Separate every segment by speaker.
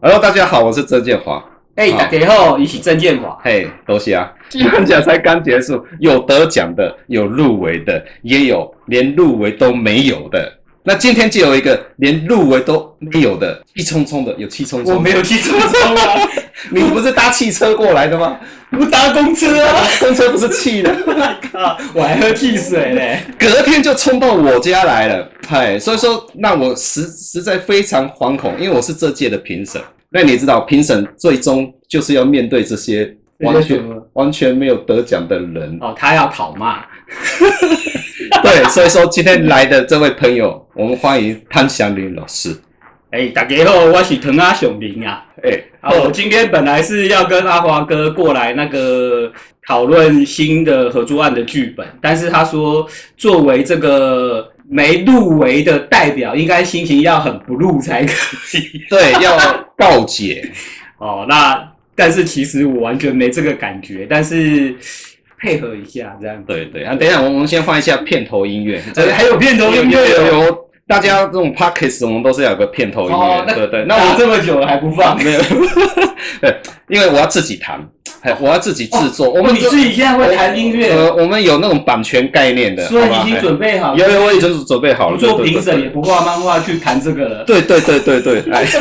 Speaker 1: Hello，大家好，我是曾建华。
Speaker 2: 哎、
Speaker 1: 好
Speaker 2: 大家好，一起证件法。
Speaker 1: 嘿，多谢啊！
Speaker 2: 嗯
Speaker 1: 颁奖才刚结束，有得奖的，有入围的，也有连入围都没有的。那今天就有一个连入围都没有的，气冲冲的，有气冲冲。
Speaker 2: 我没有，去冲冲 啊，
Speaker 1: 你不是搭汽车过来的吗？
Speaker 2: 我搭公车啊！
Speaker 1: 公车不是气的，
Speaker 2: 靠， 我还喝汽水嘞。
Speaker 1: 隔天就冲到我家来了。嘿，所以说让我实实在非常惶恐，因为我是这届的评审。那你知道，评审最终就是要面对这些完
Speaker 2: 这些
Speaker 1: 全
Speaker 2: 什么
Speaker 1: 完全没有得奖的人。
Speaker 2: 哦，他要讨骂，
Speaker 1: 对，所以说今天来的这位朋友，我们欢迎潘祥林老师。
Speaker 2: 哎、大家好，我是藤阿雄明啊。
Speaker 1: 哎、
Speaker 2: 啊，我今天本来是要跟阿华哥过来那个讨论新的合作案的剧本，但是他说作为这个没入围的代表，应该心情要很不入才可以。
Speaker 1: 对，要告解。
Speaker 2: 哦，那但是其实我完全没这个感觉，但是配合一下这样子。
Speaker 1: 对对，啊，等一下，我们先放一下片头音乐。
Speaker 2: 呃，还有片头音乐
Speaker 1: 有
Speaker 2: 哦
Speaker 1: 有，大家这种 p o c k e t 我们都是要有个片头音乐。
Speaker 2: 哦那
Speaker 1: 对对，那
Speaker 2: 那
Speaker 1: 我
Speaker 2: 我这么久了还不放？
Speaker 1: 没有， 对，因为我要自己弹，哎，我要自己制作。我
Speaker 2: 我
Speaker 1: 们
Speaker 2: 哦你自己现在会弹音乐，
Speaker 1: 呃，我们有那种版权概念的，
Speaker 2: 所以
Speaker 1: 好吧
Speaker 2: 已经准备呃好
Speaker 1: 哎有有，我已经准备好
Speaker 2: 不
Speaker 1: 了。
Speaker 2: 做
Speaker 1: 对对
Speaker 2: 评审，
Speaker 1: 对
Speaker 2: 也不画漫画去谈这个了。
Speaker 1: 对对对对对，哎，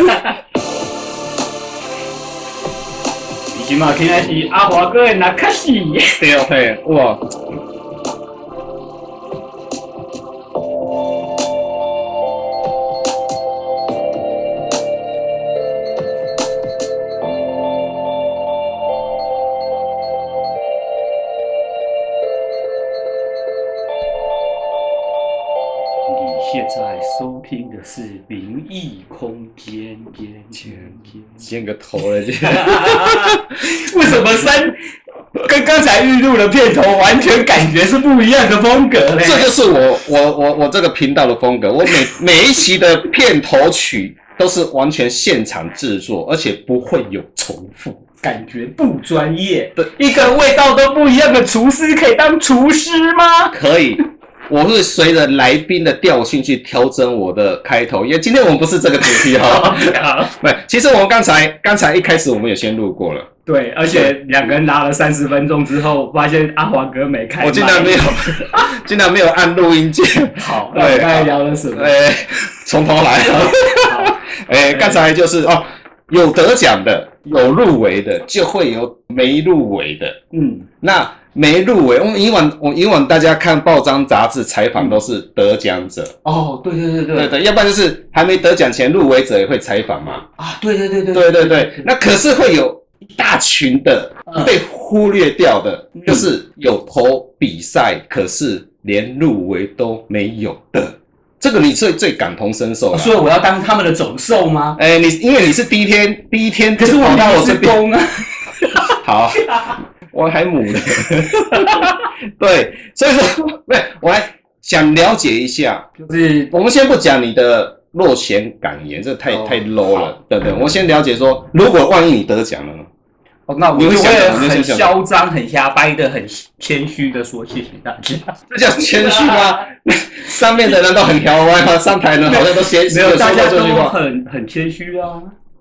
Speaker 2: 已经嘛，现在是阿华哥的那卡西。
Speaker 1: 对哦，嘿，哇，
Speaker 2: 你现在收听的是《灵异空间》间间间。
Speaker 1: 剪个头了，这。
Speaker 2: 为什么三跟刚才预录的片头完全感觉是不一样的风格嘞？
Speaker 1: 这就是我我我我这个频道的风格。我 每每一期的片头曲都是完全现场制作，而且不会有重复。
Speaker 2: 感觉不专业。
Speaker 1: 对，
Speaker 2: 一个味道都不一样的厨师可以当厨师吗？
Speaker 1: 可以，我会随着来宾的调性去调整我的开头，因为今天我们不是这个主题 哈。
Speaker 2: 啊
Speaker 1: 对，其实我们刚才刚才一开始我们也先录过了，
Speaker 2: 对，而且两个人拉了三十分钟之后，发现阿华哥没开麦，
Speaker 1: 我竟然没有， 竟然没有按录音键，
Speaker 2: 好。那我们刚才聊了什么？
Speaker 1: 哎、从头来了。
Speaker 2: 好
Speaker 1: 哎，刚才就是哦，有得奖的，有入围的，就会有没入围的。
Speaker 2: 嗯，
Speaker 1: 那没入围，我们以往我以往大家看报章杂志采访都是得奖者，
Speaker 2: 哦，对对对
Speaker 1: 对
Speaker 2: 对
Speaker 1: 对，要不然就是还没得奖前入围者也会采访嘛，
Speaker 2: 啊，对对对对
Speaker 1: 对对对。那可是会有一大群的
Speaker 2: 嗯
Speaker 1: 被忽略掉的，
Speaker 2: 嗯
Speaker 1: 就是有投比赛，可是连入围都没有的，这个你最最感同身受
Speaker 2: 哦
Speaker 1: 了。
Speaker 2: 所以我要当他们的总兽吗？
Speaker 1: 哎、你因为你是第一天，第一天
Speaker 2: 可是我
Speaker 1: 跑到我这
Speaker 2: 是
Speaker 1: 边，
Speaker 2: 公啊，
Speaker 1: 好，啊 我还母的， 对，所以说， 不是，我还想了解一下，
Speaker 2: 就是
Speaker 1: 我们先不讲你的落选感言，这太、
Speaker 2: 哦
Speaker 1: 太 low 了，对不对？我先了解说，如果万一你得奖了呢？
Speaker 2: 哦，那我
Speaker 1: 你
Speaker 2: 就
Speaker 1: 会想
Speaker 2: 会
Speaker 1: 讲你会
Speaker 2: 很
Speaker 1: 想讲
Speaker 2: 嚣张、很瞎掰的、很谦虚的说谢谢大家。
Speaker 1: 这叫谦虚吗？ 上面的人都很调歪吗？上台的人好像都谦虚
Speaker 2: 没
Speaker 1: 有
Speaker 2: 有，
Speaker 1: 说
Speaker 2: 大
Speaker 1: 过
Speaker 2: 家
Speaker 1: 这
Speaker 2: 都
Speaker 1: 句话。
Speaker 2: 很很谦虚啊，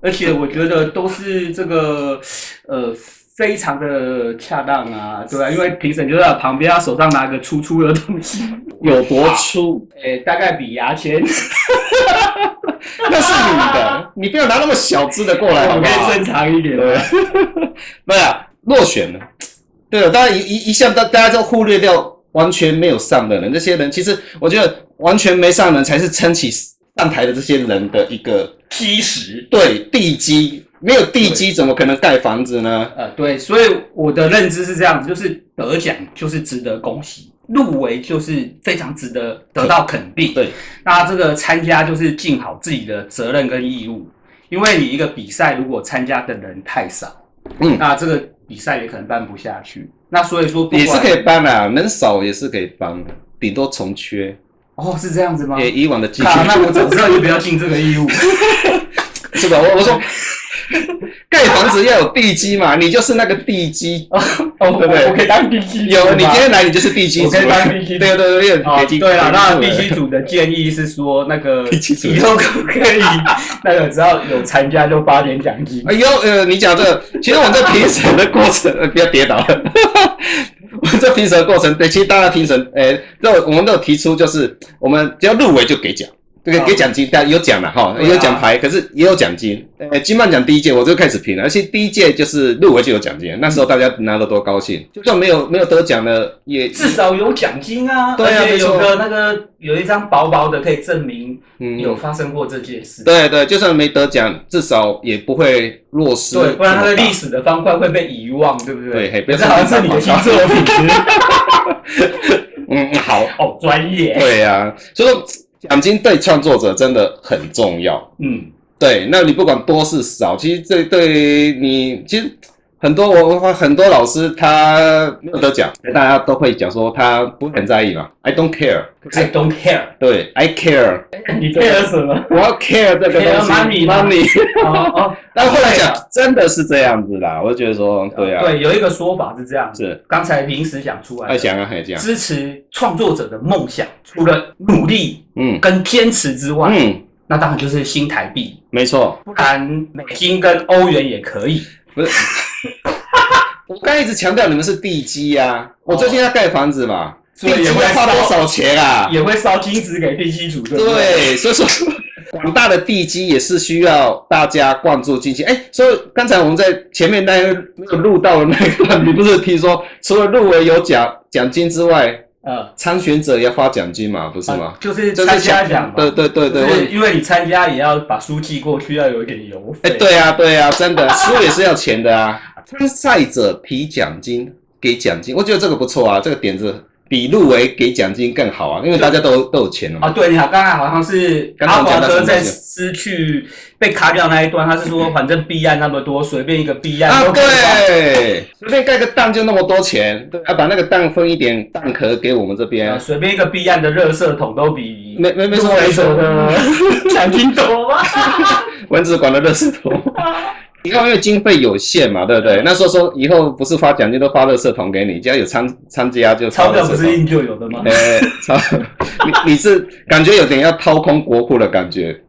Speaker 2: 而且我觉得都是这个呃非常的恰当啊，对吧、因为评审就在旁边，他手上拿个粗粗的东西，
Speaker 1: 有多粗？
Speaker 2: 诶、大概比牙 签，
Speaker 1: 那是你的，你不要拿那么小只的过来，好
Speaker 2: 我
Speaker 1: 不
Speaker 2: 可
Speaker 1: 好？
Speaker 2: 以正常一点啊
Speaker 1: 对
Speaker 2: 吗？，
Speaker 1: 不是、啊、落选了。对了，当然一一一向大大家都忽略掉完全没有上的人，这些人其实我觉得完全没上的人才是撑起上台的这些人的一个
Speaker 2: 基石。
Speaker 1: 对地基，没有地基怎么可能盖房子呢？
Speaker 2: 呃，对，所以我的认知是这样子，就是得奖就是值得恭喜，入围就是非常值得得到肯定。
Speaker 1: 对，
Speaker 2: 那这个参加就是尽好自己的责任跟义务，因为你一个比赛如果参加的人太少，
Speaker 1: 嗯
Speaker 2: 那这个比赛也可能办不下去。那所以说不
Speaker 1: 也是可
Speaker 2: 以
Speaker 1: 以帮啊，能少也是可以帮的，顶多重缺。
Speaker 2: 哦，是这样子吗？
Speaker 1: 也以往的经
Speaker 2: 啊，那
Speaker 1: 验，
Speaker 2: 我早知道就不要尽这个义务。
Speaker 1: 是吧？我我说盖房子要有地基嘛，你就是那个地基。
Speaker 3: 哦，
Speaker 1: 对不对
Speaker 3: 我可以当 B G
Speaker 1: 有，你今天来你就是地基
Speaker 3: 我
Speaker 1: 主
Speaker 3: 可以当
Speaker 1: 了。
Speaker 3: B G
Speaker 1: 对对对，有
Speaker 2: 哦
Speaker 1: 地基。
Speaker 2: 对了，那地
Speaker 1: 基
Speaker 2: 基组的建议是说，那个
Speaker 1: 地基组
Speaker 2: 以后 可不可以？
Speaker 3: 那个只要有参加就发点奖金。
Speaker 1: 哎呦，呃，你讲这个，其实我们在评审的过程， 呃，不要跌倒了。我们在评审的过程，对，其实大家评审，呃，都有我们都有提出，就是我们只要入围就给奖，这个
Speaker 2: 好
Speaker 1: 给奖金，但有奖了哈，
Speaker 2: 哦对啊
Speaker 1: 有奖牌，可是也有奖金。呃，金曼奖第一届我就开始评了，而且第一届就是入围就有奖金，那时候大家拿得多高兴，就算没有没有得奖的也
Speaker 2: 嗯至少有奖金啊，
Speaker 1: 对啊
Speaker 2: 而且
Speaker 1: 没错
Speaker 2: 有个那个有一张薄薄的可以证明
Speaker 1: 嗯
Speaker 2: 有发生过这件事。
Speaker 1: 对对，就算没得奖，至少也不会落失。
Speaker 2: 对，不然它的历史的方块会被遗忘，对不
Speaker 1: 对，
Speaker 2: 对？
Speaker 1: 嘿，不要
Speaker 2: 这好像是你的新作品，
Speaker 1: 嗯， 好，
Speaker 2: 哦
Speaker 3: 好专业，
Speaker 1: 对呀、所以说奖金对创作者真的很重要。
Speaker 2: 嗯，
Speaker 1: 对，那你不管多是少，其实这对你其实。很多我我很多老师他没有得奖，大家都会讲说他不会很在意嘛，I don't care，
Speaker 2: I don't care，
Speaker 1: 对，I care，
Speaker 3: 你 care 什么？
Speaker 1: 我要 care 这个东
Speaker 2: Care
Speaker 1: 西
Speaker 2: money 嘛
Speaker 1: money。
Speaker 2: 哦
Speaker 1: 但后来讲
Speaker 2: 对
Speaker 1: 真的是这样子啦，我就觉得说对啊，
Speaker 2: 对，有一个说法是这样，
Speaker 1: 是
Speaker 2: 刚才临时想出来
Speaker 1: 爱
Speaker 2: 的，
Speaker 1: 想啊还这样，
Speaker 2: 支持创作者的梦想，除了努力
Speaker 1: 嗯
Speaker 2: 跟坚持之外，
Speaker 1: 嗯，
Speaker 2: 那当然就是新台币，
Speaker 1: 没错，
Speaker 2: 不然美金跟欧元也可以。
Speaker 1: 不是，我刚才一直强调你们是地基呀、啊，我最近要盖房子嘛，
Speaker 3: 所以
Speaker 1: 地基
Speaker 3: 也
Speaker 1: 要
Speaker 3: 会
Speaker 1: 花多少钱啊？
Speaker 3: 也会烧金子给地基组，对不对？
Speaker 1: 对，所以说广大的地基也是需要大家灌注进去。哎，所以刚才我们在前面那一没有录到的那一段，你不是提说除了入围有奖奖金之外，
Speaker 3: 呃，
Speaker 1: 参选者也要发奖金嘛，不是吗？
Speaker 2: 就是
Speaker 1: 这
Speaker 2: 啊参
Speaker 1: 是
Speaker 2: 加
Speaker 1: 想
Speaker 2: 奖嘛，
Speaker 1: 对对对对，
Speaker 2: 就是
Speaker 1: 我
Speaker 2: 因为你参加也要把书寄过去，要有一点邮费。
Speaker 1: 哎，对啊，对啊，真的，输也是要钱的啊。参赛者提奖金，给奖金，我觉得这个不错啊，这个点子比入围给奖金更好啊，因为大家都有都有钱了
Speaker 2: 啊，
Speaker 1: 嘛。
Speaker 2: 对，你好，刚才好像是
Speaker 1: 刚才
Speaker 2: 阿
Speaker 1: 我
Speaker 2: 华
Speaker 1: 讲到什么
Speaker 2: 哥在
Speaker 1: 东西嗯
Speaker 2: 失去被卡掉那一段，他是说反正弊案那么多，随便一个弊案
Speaker 1: 啊，
Speaker 2: 都可以吧。
Speaker 1: 对，随便盖个蛋就那么多钱，对啊，把那个蛋分一点蛋壳给我们这
Speaker 2: 呃
Speaker 1: 边，
Speaker 2: 随便一个弊案的热色桶都比
Speaker 1: 没没没错
Speaker 3: 入
Speaker 1: 没
Speaker 3: 围
Speaker 1: 错
Speaker 3: 者， 的奖金多 吗？
Speaker 1: 文子馆的垃圾 桶。以后因为经费有限嘛，对不对？那时候说以后不是发奖金都发垃圾桶给你，只要有参参加就发垃圾
Speaker 2: 钞票
Speaker 1: 桶。
Speaker 2: 不是印就有的吗？
Speaker 1: 哎、操！ 你你是感觉有点要掏空国库的感觉，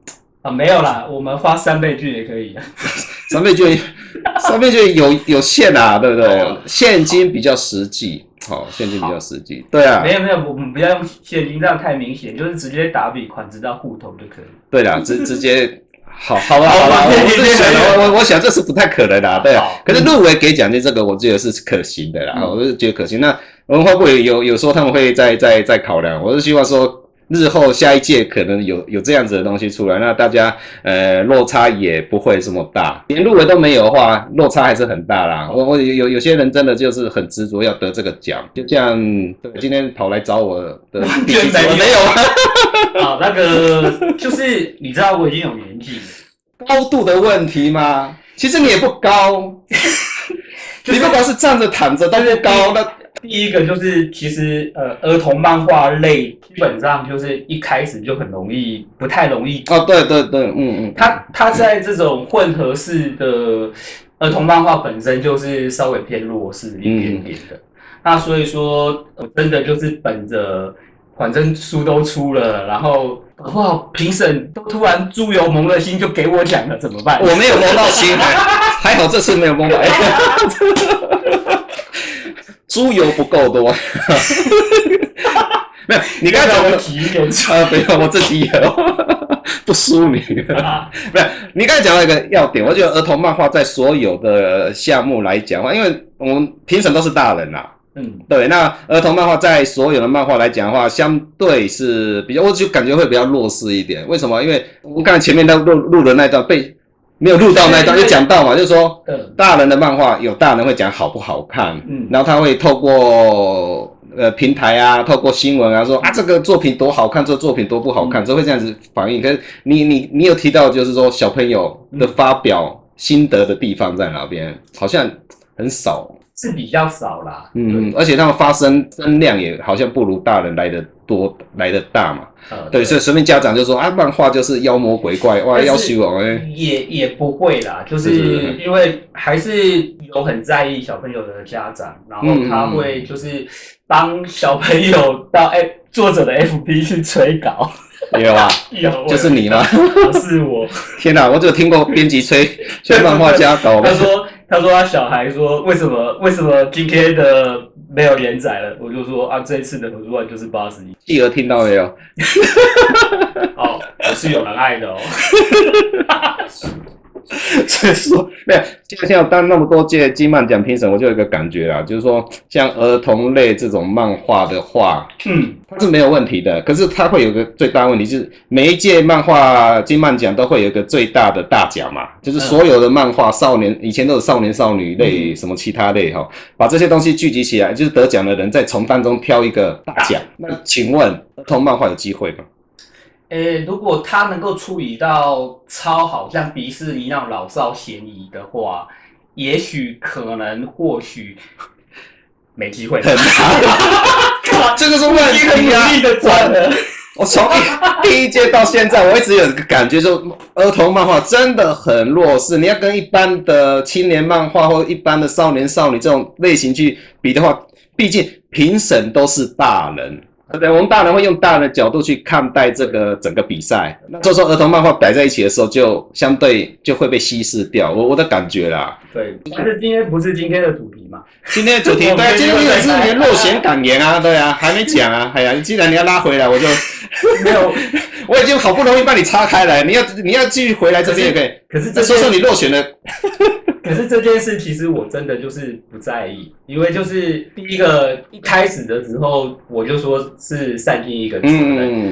Speaker 2: 啊，没有啦，我们花三倍券也可以。啊
Speaker 1: 三倍券，三倍券有有限啊，对不对？现金比较实际，好、现金比较实际，对啊
Speaker 2: 没，有没有，我们不要用现金，这样太明显，就是直接打笔款直到户头就可以。
Speaker 1: 对 啦，直直接。好好吧，
Speaker 2: 好
Speaker 1: 好吧，
Speaker 2: 我
Speaker 1: 我
Speaker 2: 们
Speaker 1: 是想，我我我想这是不太可能的、啊，对啊
Speaker 2: 好。
Speaker 1: 可是入围给奖金这个，我觉得是可行的啦，
Speaker 2: 嗯
Speaker 1: 我是觉得可行。那文化部有有有说他们会再再再考量，我是希望说日后下一届可能有有这样子的东西出来，那大家呃落差也不会这么大。连入围都没有的话，落差还是很大啦。我我有有有些人真的就是很执着要得这个奖，就像对今天跑来找我的
Speaker 2: 完
Speaker 1: 第
Speaker 2: 全
Speaker 1: 几次，
Speaker 2: 没有
Speaker 1: 我没有啊。
Speaker 2: 啊，那个就是你知道我已经有年纪了，
Speaker 1: 高度的问题吗？其实你也不 高，
Speaker 2: 就是
Speaker 1: 你不管是站着躺着都不高，那
Speaker 2: 第一个就是，其实呃，儿童漫画类基本上就是一开始就很容易，不太容易。
Speaker 1: 哦，对对对，嗯嗯，
Speaker 2: 它它在这种混合式的儿童漫画本身就是稍微偏弱势一点点
Speaker 1: 嗯
Speaker 2: 的。那所以说，我真的就是本着反正书都出了，然后搞不好评审都突然猪油蒙了心就给我奖了，怎么办？
Speaker 1: 我没有摸到心， 还还好这次没有 摸到。哎猪油不够 多，没有，你刚才
Speaker 3: 让
Speaker 1: 讲
Speaker 3: 我
Speaker 1: 的
Speaker 3: 体验
Speaker 1: 啊，不要，我自己有， 不输你。
Speaker 2: 啊
Speaker 1: 不是，你刚才讲到一个要点，我觉得儿童漫画在所有的项目来讲的话，因为我们评审都是大人啦、啊
Speaker 2: 嗯，
Speaker 1: 对，那儿童漫画在所有的漫画来讲的话，相对是比较，我就感觉会比较弱势一点。为什么？因为我刚才前面那录录的那一段被没有录到那一段，
Speaker 2: 对
Speaker 1: 就讲到嘛，就是说
Speaker 2: 呃，
Speaker 1: 大人的漫画有大人会讲好不好看，
Speaker 2: 嗯
Speaker 1: 然后他会透过呃平台啊，透过新闻啊说啊这个作品多好看，这个作品多不好看，
Speaker 2: 嗯
Speaker 1: 只会这样子反应。可是你你你有提到就是说小朋友的发表心得的地方在哪边？好像很少。
Speaker 2: 是比较少啦。对
Speaker 1: 嗯嗯，而且他们发声声量也好像不如大人来的多来的大嘛。
Speaker 2: 啊
Speaker 4: 呃
Speaker 1: 对，所以随便家长就说啊，漫画就是妖魔鬼 怪，哇，
Speaker 2: 但是
Speaker 1: 要虚荣哎，
Speaker 2: 也也不会啦，就是
Speaker 1: 是是
Speaker 2: 是因为还是有很在意小朋友的家长，然后
Speaker 1: 嗯
Speaker 2: 他
Speaker 1: 嗯
Speaker 2: 会就是帮小朋友到 F 作者的 FB 去催稿，
Speaker 1: 也有啊，
Speaker 2: 有
Speaker 1: 就是你吗？
Speaker 2: 不是我。
Speaker 1: 天哪，我只有听过编辑 吹吹漫画家搞，
Speaker 2: 他说他说他小孩说为什么为什么今天的没有连载了？我就说啊，这一次的合作案就是八十一
Speaker 1: 继而听到没有？
Speaker 2: 哦，我是有人爱的哦。
Speaker 1: 所以说，没有像像当那么多届金漫奖评审，我就有一个感觉啊，就是说像儿童类这种漫画的话，
Speaker 2: 嗯，
Speaker 1: 它是没有问题的，可是它会有个最大问题，就是每一届漫画金漫奖都会有一个最大的大奖嘛，就是所有的漫画少年以前都有少年少女类、什么其他类哈，把这些东西聚集起来，就是得奖的人再从当中挑一个大奖。那请问儿童漫画有机会吗？
Speaker 2: 诶、如果他能够处理到超好，像迪士尼那种老少咸宜的话，也许可能或许没机会。
Speaker 1: 这就是问题啊！
Speaker 2: 的转了，
Speaker 1: 我从一第一届到现在，我一直有一个感觉，就儿童漫画真的很弱势。你要跟一般的青年漫画或一般的少年少女这种类型去比的话，毕竟评审都是大人。对不对，我们大人会用大人的角度去看待这个整个比赛。那所以说儿童漫画摆在一起的时候，就相对就会被稀释掉。我我的感觉啦。
Speaker 2: 对，但是今天不是今天的主题嘛？
Speaker 1: 今天的主题
Speaker 2: 我们
Speaker 1: 对啊，今天
Speaker 2: 今天
Speaker 1: 也是
Speaker 2: 就
Speaker 1: 你
Speaker 2: 来
Speaker 1: 的落选感言啊，对啊，还没讲啊，哎呀，既然你要拉回来，我就
Speaker 2: 没有，
Speaker 1: 我已经好不容易把你岔开来，你要你要继续回来这边也可以。
Speaker 2: 可是
Speaker 1: 再
Speaker 2: 这
Speaker 1: 说
Speaker 2: 件
Speaker 1: 说你落选的，
Speaker 2: 可是这件事其实我真的就是不在意，因为就是第一个一开始的时候我就说是善尽一个责任，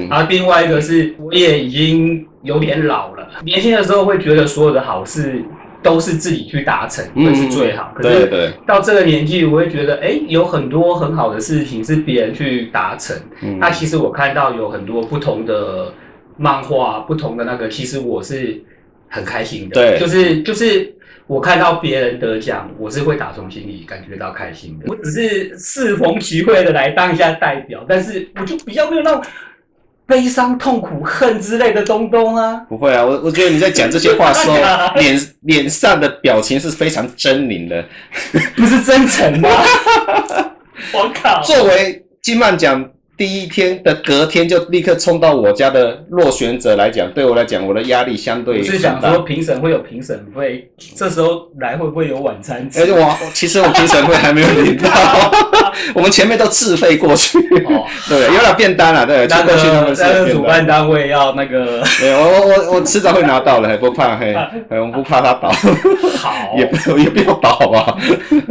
Speaker 1: 嗯，
Speaker 2: 然后啊另外一个是我也已经有点老了，年轻的时候会觉得所有的好事都是自己去达成，
Speaker 1: 嗯
Speaker 2: 那是最好。可
Speaker 1: 对
Speaker 2: 是
Speaker 1: 对，
Speaker 2: 到这个年纪，我会觉得哎，有很多很好的事情是别人去达成。
Speaker 1: 嗯
Speaker 2: 那其实我看到有很多不同的漫画，不同的那个，其实我是很开心的。
Speaker 1: 对
Speaker 2: 就是就是我看到别人得奖，我是会打从心里感觉到开心的。我只是适逢其会的来当一下代表，但是我就比较没有那种悲伤、痛苦、恨之类的东东啊。
Speaker 1: 不会啊，我我觉得你在讲这些话 的时候，脸脸上的表情是非常狰狞的。
Speaker 2: 不是真诚吗？ 我靠！
Speaker 1: 作为金曼奖第一天的隔天就立刻冲到我家的落选者来讲，对我来讲，我的压力相对
Speaker 2: 我是想
Speaker 1: 很大
Speaker 2: 说，评审会有评审费，这时候来会不会有晚餐吃？
Speaker 1: 而且哎我其实我评审会还没有领到， 我们前面都自费过去，
Speaker 2: 哦
Speaker 1: 对，有点便当啦，对，
Speaker 2: 那
Speaker 1: 就过去他
Speaker 2: 个
Speaker 1: 们是
Speaker 2: 那个
Speaker 1: 便
Speaker 2: 主
Speaker 1: 当
Speaker 2: 办单位要那 个
Speaker 1: 对，我我我我迟早会拿到 的，还不怕嘿，哎我们不怕它倒，
Speaker 2: 哦好，
Speaker 1: 也 不也不要倒，好不 好？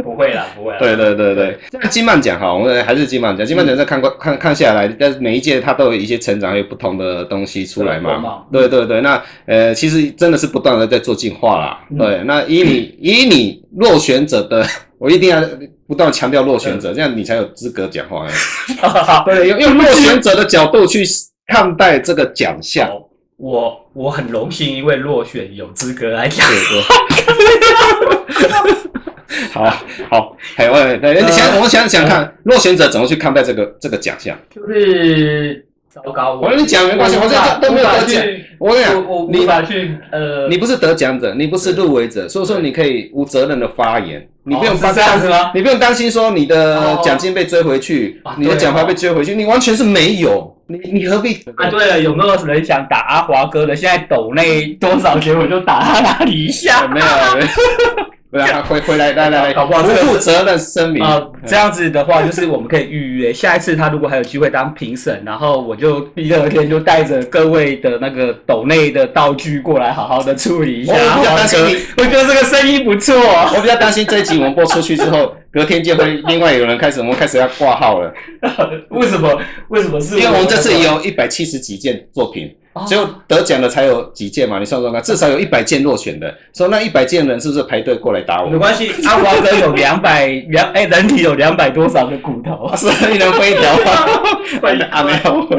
Speaker 2: 不会啦，不会啦。
Speaker 1: 对对对对，那金曼奖哈，我们还是金曼奖，金曼奖在看过看看下来，但是每一届它都有一些成长，有不同的东西出来
Speaker 2: 对
Speaker 1: 嘛
Speaker 2: 嘛。
Speaker 1: 对对对，那呃，其实真的是不断的在做进化啦。
Speaker 2: 嗯
Speaker 1: 对，那以你以你落选者的，我一定要不断地强调落选
Speaker 2: 嗯
Speaker 1: 者，这样你才有资格讲 话。哎
Speaker 2: 好，
Speaker 1: 对，用用落选者的角度去看待这个奖项。
Speaker 2: 我我很荣幸，因为落选有资格来讲。
Speaker 1: 好好，台湾，对，
Speaker 2: 呃
Speaker 1: 你想，我们想想看，落选者怎么去看待这个这个奖项？
Speaker 2: 就是糟糕，
Speaker 1: 我跟你讲没关系我这都都没有得奖我跟你
Speaker 2: 我我
Speaker 1: 讲，
Speaker 2: 无
Speaker 1: 你
Speaker 2: 法去呃，
Speaker 1: 你不是得奖者，你不是入围者，所以说你可以无责任的发言，你不用
Speaker 2: 哦
Speaker 1: 担
Speaker 2: 是这样子吗？
Speaker 1: 你不用担心说你的奖金被追回去
Speaker 2: 哦啊，
Speaker 1: 你的
Speaker 2: 对哦
Speaker 1: 奖牌被追回去，你完全是没有，你你何必？
Speaker 2: 啊，对了，有没有人想打阿华哥的？现在抖内多少钱我就打他哪里一下。
Speaker 1: 哦没有，没 有，对啊，回回来，来来来，
Speaker 2: 啊搞不好
Speaker 1: 不
Speaker 2: 这个是
Speaker 1: 负责任声明
Speaker 2: 啊、，这样子的话，就是我们可以预约下一次他如果还有机会当评审，然后我就第二天就带着各位的那个斗内的道具过来，好好的处理一下。
Speaker 1: 我我比较担心
Speaker 2: 哦我
Speaker 1: 你
Speaker 2: 觉得我觉得这个生意不错。
Speaker 1: 我比较担心这一集我们播出去之后，隔天就会另外有人开始，我们开始要挂号了，
Speaker 2: 为什么？为什么是
Speaker 1: 因为我们这次有一百七十几件作品，
Speaker 2: 哦
Speaker 1: 只有得奖的才有几件嘛，你算算看，至少有一百件落选的，所以那一百件人是不是排队过来打我
Speaker 2: 没？关系，阿华哥有两百两哎，人体有两百多少个骨头
Speaker 1: 啊？是一人飞一条吗？啊，没有，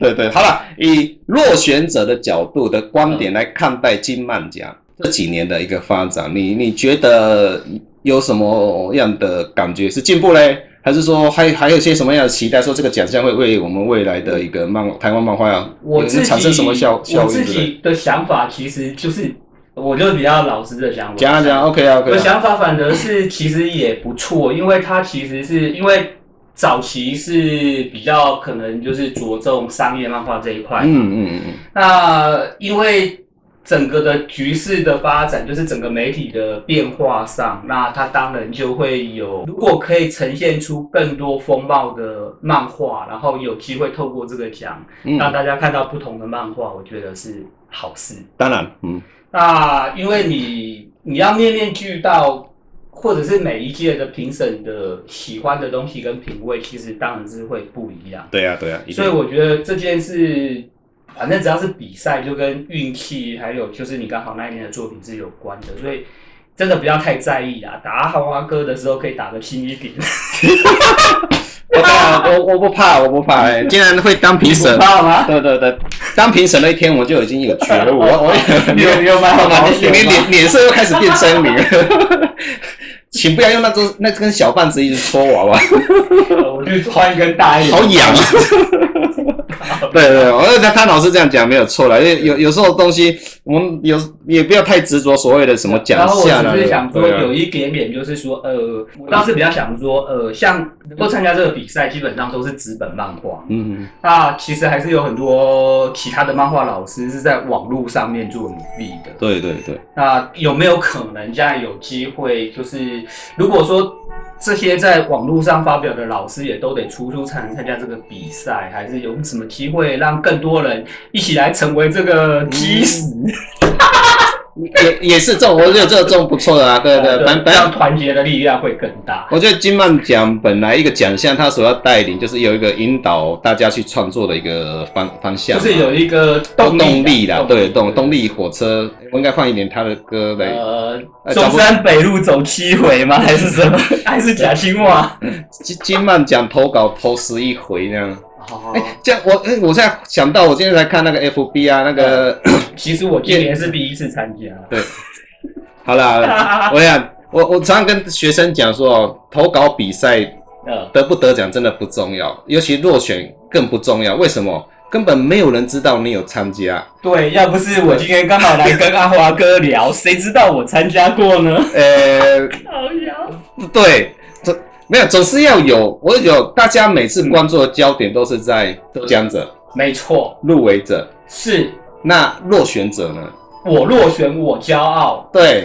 Speaker 1: 对对，好了，以落选者的角度的观点来看待金曼奖这几年的一个发展，你你觉得有什么样的感觉？是进步嘞，还是说还还有些什么样的期待？说这个奖项会为我们未来的一个漫台湾漫画啊，
Speaker 2: 我自己
Speaker 1: 产生什么效效
Speaker 2: 我
Speaker 1: 应
Speaker 2: 自
Speaker 1: 之类的？
Speaker 2: 己的想法其实就是，我就比较老实的想法。
Speaker 1: 讲啊讲啊，OK 啊
Speaker 2: 我
Speaker 1: OK 啊。
Speaker 2: 想法反而是其实也不错，因为它其实是因为早期是比较可能就是着重商业漫画这一块，
Speaker 1: 嗯嗯嗯
Speaker 2: 那因为整个的局势的发展，就是整个媒体的变化上，那它当然就会有，如果可以呈现出更多风貌的漫画，然后有机会透过这个奖
Speaker 1: 嗯
Speaker 2: 让
Speaker 1: 嗯，
Speaker 2: 大家看到不同的漫画，我觉得是好事。
Speaker 1: 当然，嗯
Speaker 2: 那因为你你要面面俱到，或者是每一届的评审的喜欢的东西跟品味，其实当然是会不一样。
Speaker 1: 对啊呀、对呀、一定
Speaker 2: 所以我觉得这件事，反正只要是比赛，就跟运气还有就是你刚好那一年的作品是有关的，所以真的不要太在意啊。打豪华哥的时候可以打得轻一点，
Speaker 1: 我当然我我不怕，我不怕、 欸，竟然会当评审
Speaker 2: 知。道吗？
Speaker 1: 对对对，当评审那一天我就已经有觉 悟，我我也
Speaker 2: 你 有你有买好保险
Speaker 1: 你
Speaker 2: 吗
Speaker 1: 脸脸色又开始变狰狞， 请不要用那根那根小棒子一直戳娃 娃，
Speaker 2: 我就换一根大一点。
Speaker 1: 好痒啊！ 对对，我觉得他老是这样讲没有错啦，因为有有时候东西我们有也不要太执着所谓的什么奖
Speaker 2: 然后
Speaker 1: 项
Speaker 2: 我
Speaker 1: 啊
Speaker 2: 只是想，说，
Speaker 1: 对啊
Speaker 2: 有一点点就是说，呃，我倒是比较想说，呃，像能够参加这个比赛，基本上都是纸本漫画。
Speaker 1: 嗯，
Speaker 2: 那其实还是有很多其他的漫画老师是在网络上面做努力的。
Speaker 1: 对对对，
Speaker 2: 那有没有可能现在有机会，就是如果说这些在网络上发表的老师也都得出书才能参加这个比赛，还是有什么机会让更多人一起来成为这个基石？
Speaker 1: 嗯也也是这种，我觉得这种不错的啊，对对，反反
Speaker 2: 这
Speaker 1: 正
Speaker 2: 样团结的力量会更大。
Speaker 1: 我觉得金曼奖本来一个奖项，它所要带领就是有一个引导大家去创作的一个方方向
Speaker 2: 就
Speaker 1: 嘛，
Speaker 2: 是有一个
Speaker 1: 动
Speaker 2: 动力
Speaker 1: 力啦，对动动
Speaker 2: 力。
Speaker 1: 力火车，我应该换一点他的歌来，
Speaker 2: 呃，
Speaker 1: 呃
Speaker 2: 中山北路走七回吗？还是 什么？还是假青蛙？
Speaker 1: 金金曼奖投稿投十一回那样。
Speaker 2: 哦
Speaker 1: 哎、，这样我哎，我现在想到，我今天才看那个 FB 啊，那个、
Speaker 2: 其实我今年是第一次参加。
Speaker 1: 好啦，我想我我常常跟学生讲说，哦，投稿比赛
Speaker 2: 呃，
Speaker 1: 得不得奖真的不重要，尤其落选更不重要，为什么？根本没有人知道你有参加。
Speaker 2: 对，要不是我今天刚好来跟阿华哥聊，谁知道我参加过呢？
Speaker 1: 呃，
Speaker 2: 好呀，
Speaker 1: 对，总没有，总是要有。我有，大家每次关注的焦点都是在得奖者、
Speaker 2: 没错，
Speaker 1: 入围者，
Speaker 2: 是
Speaker 1: 那落选者呢？
Speaker 2: 我落选，我骄傲。
Speaker 1: 对，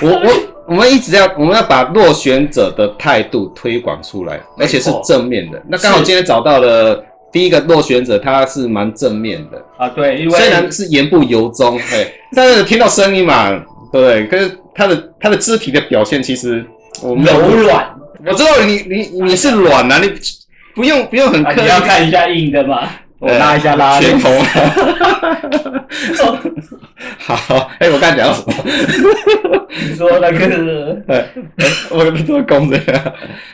Speaker 1: 我我我们一直要，我们要把落选者的态度推广出来，而且是正面的。那刚好
Speaker 2: 是
Speaker 1: 今天找到了第一个落选者，他是蛮正面的，
Speaker 2: 啊，对，因为
Speaker 1: 虽然是言不由衷，嘿，但是听到声音嘛，对不对？可是他的他的肢体的表现，其实我们
Speaker 2: 柔软，
Speaker 1: 我知道你你你是软男、你不用不用很
Speaker 2: 啊，
Speaker 1: 刻
Speaker 2: 你
Speaker 1: 意
Speaker 2: 要看一下硬的吗？我拉一下拉
Speaker 1: 拳
Speaker 2: 链。
Speaker 1: 头。好，哎、我刚才讲到什么？
Speaker 2: 你说那个
Speaker 1: 哎我都攻着。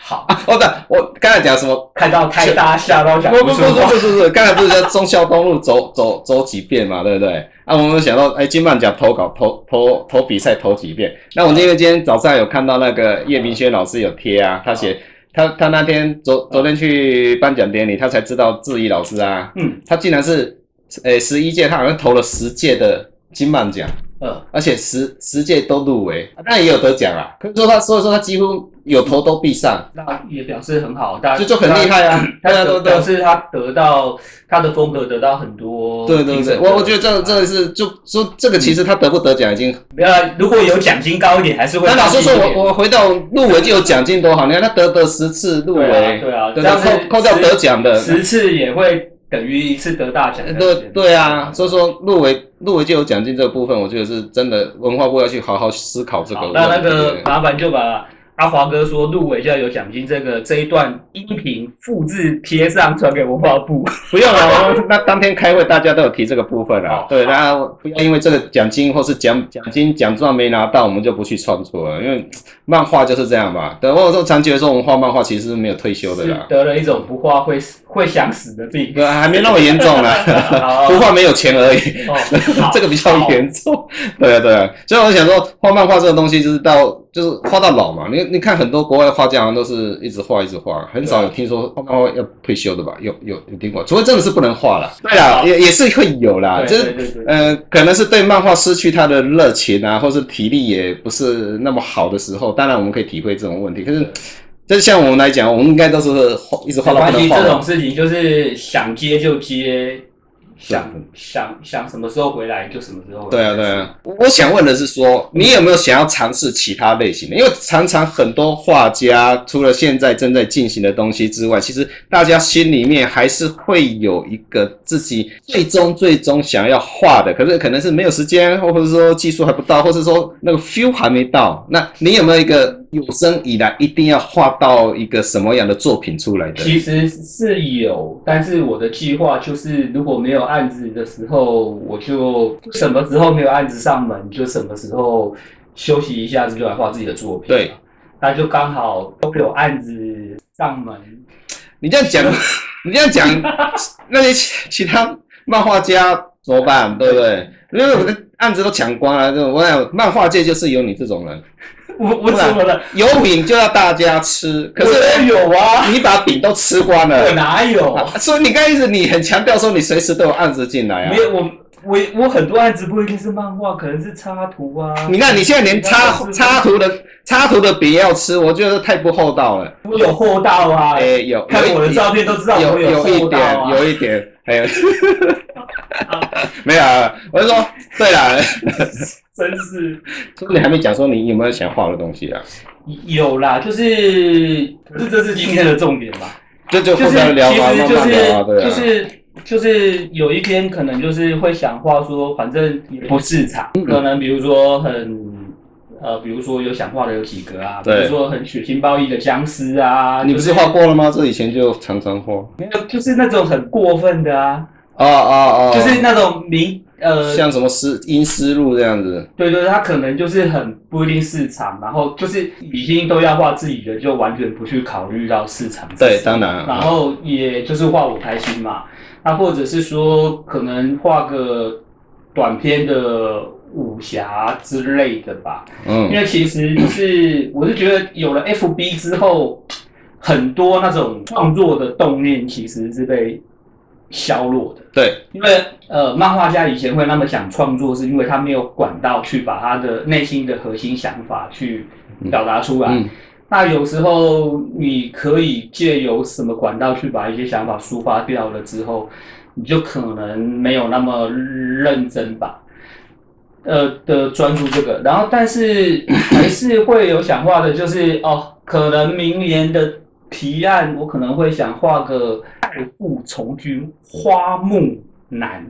Speaker 2: 好，
Speaker 1: 啊，我的我刚才讲什么？
Speaker 2: 看到太大吓到想
Speaker 1: 不
Speaker 2: 不
Speaker 1: 不不
Speaker 2: 出
Speaker 1: 不
Speaker 2: 话。
Speaker 1: 不不不，刚才不是在忠孝东路走走走几遍嘛，对不对？啊，我们想到哎，金曼奖投稿投投投比赛投几遍？那我因为今天早上有看到那个叶明轩老师有贴啊，他写他他那天昨昨天去颁奖典礼，他才知道志毅老师啊，
Speaker 2: 嗯，
Speaker 1: 他竟然是呃十一届，他好像投了十届的金曼奖，
Speaker 2: 呃，
Speaker 1: 而且十十届都入围，但也有得奖啊。可以说他所以说他几乎有投都必上，
Speaker 2: 那也表示很好，大家
Speaker 1: 就就很厉。害啊，
Speaker 2: 他
Speaker 1: 大家
Speaker 2: 他
Speaker 1: 都
Speaker 2: 得
Speaker 1: 都
Speaker 2: 表示他得到他的风格得到很多
Speaker 1: 对对
Speaker 2: 评审
Speaker 1: 对，
Speaker 2: 的
Speaker 1: 我我觉得这这是就说这个其实他得不得奖已经，
Speaker 2: 没有啊，如果有奖金高一点，还是会
Speaker 1: 那老
Speaker 2: 高
Speaker 1: 实
Speaker 2: 一
Speaker 1: 说
Speaker 2: 点。
Speaker 1: 我我回到入围就有奖金多好，你看他得得十次入
Speaker 2: 对啊
Speaker 1: 围，
Speaker 2: 对啊，
Speaker 1: 对
Speaker 2: 这
Speaker 1: 对
Speaker 2: 样子
Speaker 1: 扣扣掉得奖的，
Speaker 2: 十次也会等于一次得大奖的
Speaker 1: 对
Speaker 2: 时间。
Speaker 1: 对啊，所以说入围入围就有奖金这个部分，我觉得是真的文化部要去好好思考这个
Speaker 2: 好
Speaker 1: 问题。
Speaker 2: 那那个麻烦就把阿华哥说入围就要有奖金这个这一段音频复制贴上传给文化部。
Speaker 1: 不用了，我们那当天开会大家都有提这个部分啊
Speaker 2: 好。
Speaker 1: 对，然后不要因为这个奖金或是奖奖金奖状没拿到，我们就不去创作了，因为漫画就是这样嘛。对，我有时候常觉得说，我们画漫画其实是没有退休的
Speaker 2: 是
Speaker 1: 啦。
Speaker 2: 得了一种不画会死会想死的病。
Speaker 1: 呃还没那么严重 啦，
Speaker 2: 好
Speaker 1: 不画没有钱而已。
Speaker 2: 哦，好
Speaker 1: 这个比较
Speaker 2: 好
Speaker 1: 严重。 对啊，对啊，所以我想说，画漫画这个东西就是到就是画到老嘛。你你看很多国外的画家好像都是一直画一直画，很少有听说画漫画要退休的吧？有有有听过，除非真的是不能画了。对啦，也也是会有啦，
Speaker 2: 啊
Speaker 1: 啊
Speaker 2: 对
Speaker 1: 就
Speaker 2: 对
Speaker 1: 是。
Speaker 2: 对对，
Speaker 1: 呃，可能是对漫画失去他的热情啊，或是体力也不是那么好的时候，当然我们可以体会这种问题。可是，就像我们来讲，我们应该都是画一直画
Speaker 2: 没
Speaker 1: 到不
Speaker 2: 关
Speaker 1: 能
Speaker 2: 系，
Speaker 1: 画
Speaker 2: 这种
Speaker 1: 了。
Speaker 2: 事情就是想接就接，想
Speaker 1: 对
Speaker 2: 想想什么时候回来就什么时候回
Speaker 1: 对
Speaker 2: 来。
Speaker 1: 啊，对啊。我想问的是说，你有没有想要尝试其他类型的？因为常常很多画家，除了现在正在进行的东西之外，其实大家心里面还是会有一个自己最终最终想要画的，可是可能是没有时间，或者说技术还不到，或是说那个 feel 还没到。那你有没有一个有生以来一定要画到一个什么样的作品出来的？
Speaker 2: 其实是有，但是我的计划就是，如果没有案子的时候，我就什么时候没有案子上门，就什么时候休息一下子，就来画自己的作品。啊
Speaker 1: 对，
Speaker 2: 那就刚好都有案子上门。
Speaker 1: 你这样 讲，你这样讲，那些其其他漫画家怎么办？对不对？因为我的案子都抢光了，这种我想漫画界就是有你这种人，
Speaker 2: 我
Speaker 1: 不
Speaker 2: 我
Speaker 1: 然
Speaker 2: 怎么了？
Speaker 1: 有饼就要大家吃，可
Speaker 2: 我
Speaker 1: 是
Speaker 2: 有啊，
Speaker 1: 你把饼都吃光
Speaker 2: 我
Speaker 1: 了，
Speaker 2: 哪有？
Speaker 1: 所以你刚开始你很强调说你随时都有案子进来啊
Speaker 2: 没。有我我我很多案子不一定是漫画，可能是插图啊。
Speaker 1: 你看你现在连插插图的插图的饼也要吃，我觉得太不厚道了。
Speaker 2: 我有厚道啊，
Speaker 1: 哎、有
Speaker 2: 看我的照片都知道
Speaker 1: 有
Speaker 2: 我
Speaker 1: 有一
Speaker 2: 厚道
Speaker 1: 点，
Speaker 2: 啊。
Speaker 1: 有一点，还有， 没有啊，我是说，对 啦，
Speaker 2: 真是。
Speaker 1: 是不是你还没讲说你有没有想画的东西啊？
Speaker 2: 有啦，就是可是这是今天的重点吧？
Speaker 1: 这就
Speaker 2: 就
Speaker 1: 后
Speaker 2: 是
Speaker 1: 面聊
Speaker 2: 其
Speaker 1: 吧，
Speaker 2: 实就
Speaker 1: 慢慢聊啊，
Speaker 2: 是
Speaker 1: 对啊。
Speaker 2: 就是就是有一天可能就是会想话说，反正也不市场，
Speaker 1: 嗯
Speaker 2: 可能比如说很。呃，比如说有想画的有几个啊，比
Speaker 1: 对
Speaker 2: 如说很血腥暴力的僵尸啊，
Speaker 1: 你不是
Speaker 2: 就
Speaker 1: 画过了吗？这以前就常常画。
Speaker 2: 没有，就是那种很过分的啊，
Speaker 1: 哦哦哦，
Speaker 2: 就是那种明呃，
Speaker 1: 像什么思阴思路这样子。
Speaker 2: 对对，他可能就是很不一定市场，然后就是已经都要画自己的，就完全不去考虑到市场是
Speaker 1: 对，
Speaker 2: 什么
Speaker 1: 当然
Speaker 2: 然
Speaker 1: 啊。
Speaker 2: 后也就是画我开心嘛，那或者是说可能画个短篇的武侠之类的吧，因
Speaker 1: 嗯，
Speaker 2: 为其实是我是觉得有了 FB 之后，很多那种创作的动念其实是被削弱的。
Speaker 1: 对，
Speaker 2: 因为呃，漫画家以前会那么想创作，是因为他没有管道去把他的内心的核心想法去表达出来。
Speaker 1: 嗯，
Speaker 2: 那有时候你可以借由什么管道去把一些想法抒发掉了之后，你就可能没有那么认真吧，呃的专注这个。然后，但是 还是会有想画的，就是哦，可能明年的提案，我可能会想画个代父从军花木男。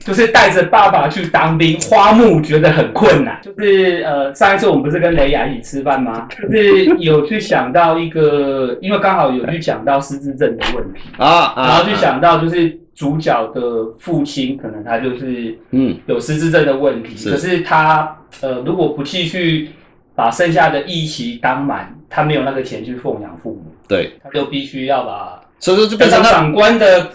Speaker 2: 就是带着爸爸去当兵，花木觉得很困难。就是呃，上一次我们不是跟雷雅一起吃饭吗？就是有去想到一个，因为刚好有去讲到失智症的问题，
Speaker 1: 啊啊，
Speaker 2: 然后去
Speaker 1: 啊，
Speaker 2: 想到就是主角的父亲，可能他就是
Speaker 1: 嗯，
Speaker 2: 有失智症的问题，
Speaker 1: 是
Speaker 2: 可是他呃如果不继续把剩下的义期当满，他没有那个钱去奉养父母，
Speaker 1: 啊对，
Speaker 2: 他就必须要把
Speaker 1: 所以说就
Speaker 2: 在
Speaker 1: 变成他，
Speaker 2: 长官的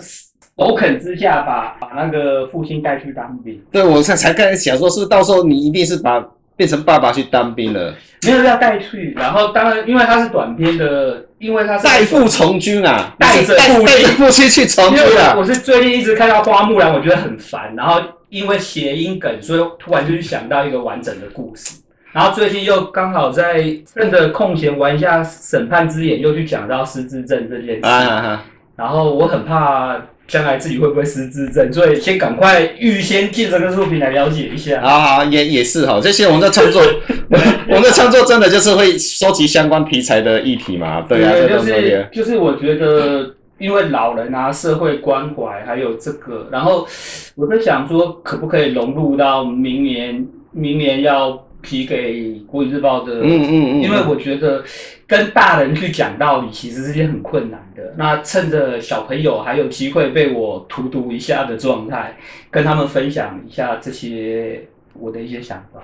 Speaker 2: 首肯之下把把那个父亲带去当兵。
Speaker 1: 对我才才刚才想说，是不是到时候你一定是把变成爸爸去当兵了，
Speaker 2: 没有要带去，然后当然，因为它是短篇的，因为它是
Speaker 1: 代父从军啊，
Speaker 2: 带着
Speaker 1: 带
Speaker 2: 父亲
Speaker 1: 带着父亲去从
Speaker 2: 因
Speaker 1: 军
Speaker 2: 为
Speaker 1: 啊
Speaker 2: 我，我是最近一直看到花木兰，我觉得很烦，然后因为谐音梗，所以突然就去想到一个完整的故事。然后最近又刚好在趁着空闲玩一下《审判之眼》，又去讲到失智症这件事。
Speaker 1: 啊啊啊，
Speaker 2: 然后我很怕将来自己会不会失智症，所以先赶快预先借这个作品来了解一下。
Speaker 1: 啊，好也也是哈，这些我们在创作，我们的创作真的就是会收集相关题材的议题嘛，对啊，这
Speaker 2: 就
Speaker 1: 都
Speaker 2: 是
Speaker 1: 是
Speaker 2: 就是我觉得，因为老人啊，社会关怀，还有这个，然后我在想说，可不可以融入到明年明年要批给《国语日报》的，
Speaker 1: 嗯嗯嗯，
Speaker 2: 因为我觉得跟大人去讲道理，其实是件很困难的。那趁着小朋友还有机会被我荼毒一下的状态，跟他们分享一下这些我的一些想法。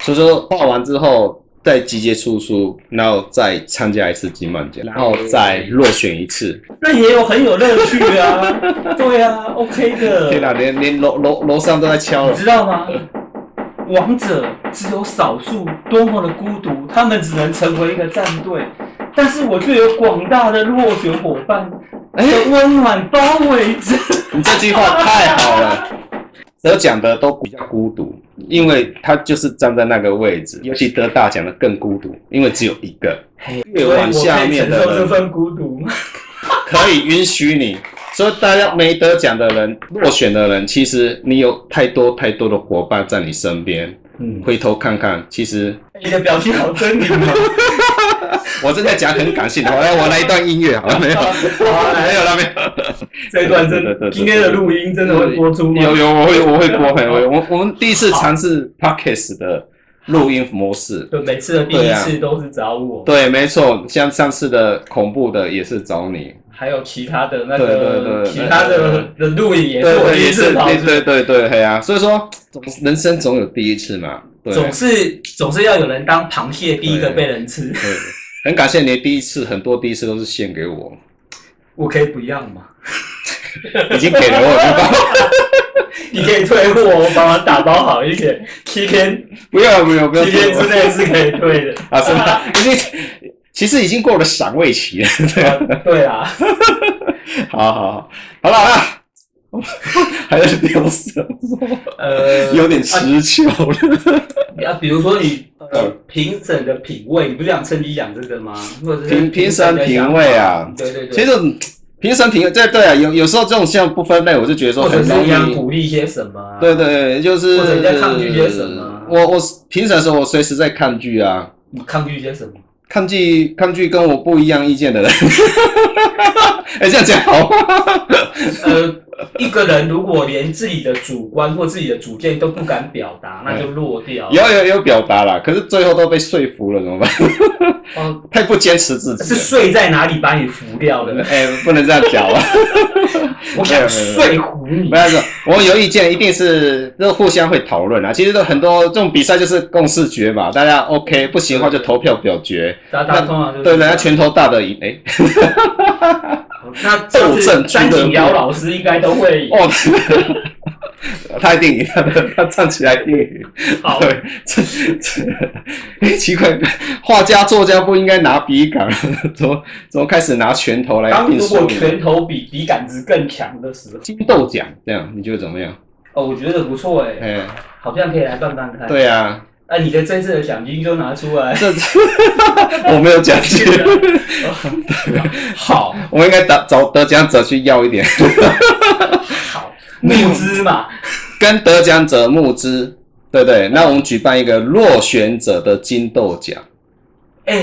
Speaker 1: 所以说画完之后，再集结出书，然后再参加一次金漫奖，然后再落选一次。
Speaker 2: 那也有很有乐趣啊，对啊，OK
Speaker 1: 天
Speaker 2: 的。
Speaker 1: 哪、连连楼楼楼上都在敲
Speaker 2: 你
Speaker 1: 了。
Speaker 2: 知道吗？王者只有少数，多么的孤独，他们只能成为一个战队，但是我却有广大的落选伙伴
Speaker 1: 哎、
Speaker 2: 的温暖包围着。
Speaker 1: 你这句话太好了。得奖的都比较孤独，因为他就是站在那个位置，尤其得大奖的更孤独，因为只有一个。越
Speaker 2: 所以我可
Speaker 1: 往
Speaker 2: 以
Speaker 1: 下面的
Speaker 2: 承受这
Speaker 1: 人
Speaker 2: 份孤独吗？
Speaker 1: 可以允许你，所以大家没得奖的人、落选的人，其实你有太多太多的伙伴在你身边。
Speaker 4: 嗯，
Speaker 1: 回头看看，其实
Speaker 2: 你的表情好狰 狞哦。
Speaker 1: 我正在讲很感性的，我来我来一段音乐，好了没有？
Speaker 2: 好啊，来
Speaker 1: 没有了没
Speaker 2: 这一段真
Speaker 1: 对对对对
Speaker 2: 的，
Speaker 1: 对
Speaker 2: 今天的录音真的会播出吗？
Speaker 1: 有有有，我会我会播很我我我们第一次尝试 podcast 的录音模式，
Speaker 2: 就每次的第
Speaker 1: 对
Speaker 2: 一
Speaker 1: 啊
Speaker 2: 次都是找我，
Speaker 1: 对，没错，像上次的恐怖的也是找你，
Speaker 2: 还有其他的那
Speaker 1: 对对
Speaker 2: 个
Speaker 1: 对
Speaker 2: 其他的的录影也是
Speaker 1: 对
Speaker 2: 我
Speaker 1: 对
Speaker 2: 第一
Speaker 1: 也
Speaker 2: 次
Speaker 1: 是
Speaker 2: 跑
Speaker 1: 对
Speaker 2: 出，
Speaker 1: 对对对，嘿啊，所以说总人生总有第一次嘛，对，
Speaker 2: 总是总是要有人当螃蟹第一个被人吃，
Speaker 1: 对，很感谢你的第一次，很多第一次都是献给 我，
Speaker 2: 我可以不要吗？
Speaker 1: 已经给了 我一包，
Speaker 2: 你可以退货，我帮忙打包好一点，七天
Speaker 1: 不要不要不要
Speaker 2: 七天之内是可以退 的。
Speaker 1: 啊，是 吗？已经其实已经过了赏味期了，对啊，
Speaker 2: 对啊，
Speaker 1: 好好好，好了好了。 还在聊什么？
Speaker 2: 呃，
Speaker 1: 有点持久了。
Speaker 2: 啊，比如说你呃
Speaker 1: 嗯
Speaker 2: 评审的品味，你不是想趁机讲这个吗？或者是
Speaker 1: 评评审
Speaker 2: 的想
Speaker 1: 品
Speaker 2: 法
Speaker 1: 味啊，
Speaker 2: 对对对，
Speaker 1: 其实评审评对对啊，有有时候这种项不分类，我就觉得说
Speaker 2: 或者
Speaker 1: 很
Speaker 2: 是
Speaker 1: 容
Speaker 2: 你想
Speaker 1: 易
Speaker 2: 鼓励些什么、啊？
Speaker 1: 对对，对，就是
Speaker 2: 或者你在抗拒些什么
Speaker 1: 我我评审的时候，我随时在抗拒啊，
Speaker 2: 你抗拒些什么？
Speaker 1: 抗拒抗拒跟我不一样意见的人。 哎、这样讲好
Speaker 2: 哦
Speaker 1: 吗？
Speaker 2: 呃，一个人如果连自己的主观或自己的主见都不敢表达，那就落掉。
Speaker 1: 有有有表达啦，可是最后都被说服了，怎么办？
Speaker 2: 哦，
Speaker 1: 太不坚持自己
Speaker 2: 是
Speaker 1: 了。
Speaker 2: 睡在哪里把你扶掉的？
Speaker 1: 哎、不能这样讲啊！
Speaker 2: 我想睡唬你
Speaker 1: 不。要说，我有意见一定是都互相会讨论啊。其实都很多这种比赛就是共视觉嘛，大家 OK 不行的话就投票表决，
Speaker 2: 大家通常就是
Speaker 1: 对，人家拳头大的赢。哎、
Speaker 2: 那这样
Speaker 1: 斗
Speaker 2: 子
Speaker 1: 阵俱乐
Speaker 2: 詹
Speaker 1: 部
Speaker 2: 景尧老师应该都会
Speaker 1: 哦， 他一定赢，他 他站起来一定赢。
Speaker 2: 好。
Speaker 1: 对，这这，哎，奇怪，画家作家不应该拿笔杆， 怎么怎么开始拿拳头来
Speaker 2: 当
Speaker 1: 定
Speaker 2: 如
Speaker 1: 输
Speaker 2: 果
Speaker 1: 赢？
Speaker 2: 拳头比笔杆子更强的时候，
Speaker 1: 金豆奖这样，你觉得怎么样？
Speaker 2: 哦，我觉得不错哎、
Speaker 1: 哎，
Speaker 2: 好像可以来办办看。，
Speaker 1: 对啊，
Speaker 2: 啊，你的这次的奖金就拿 出来。
Speaker 1: 这我没有奖 金，
Speaker 2: 哦
Speaker 1: 啊
Speaker 2: 好
Speaker 1: 我应该打找得奖者去要一点，
Speaker 2: 好，募资嘛，
Speaker 1: 跟得奖者募资，对不对？那我们举办一个落选者的金豆奖，
Speaker 2: 哎、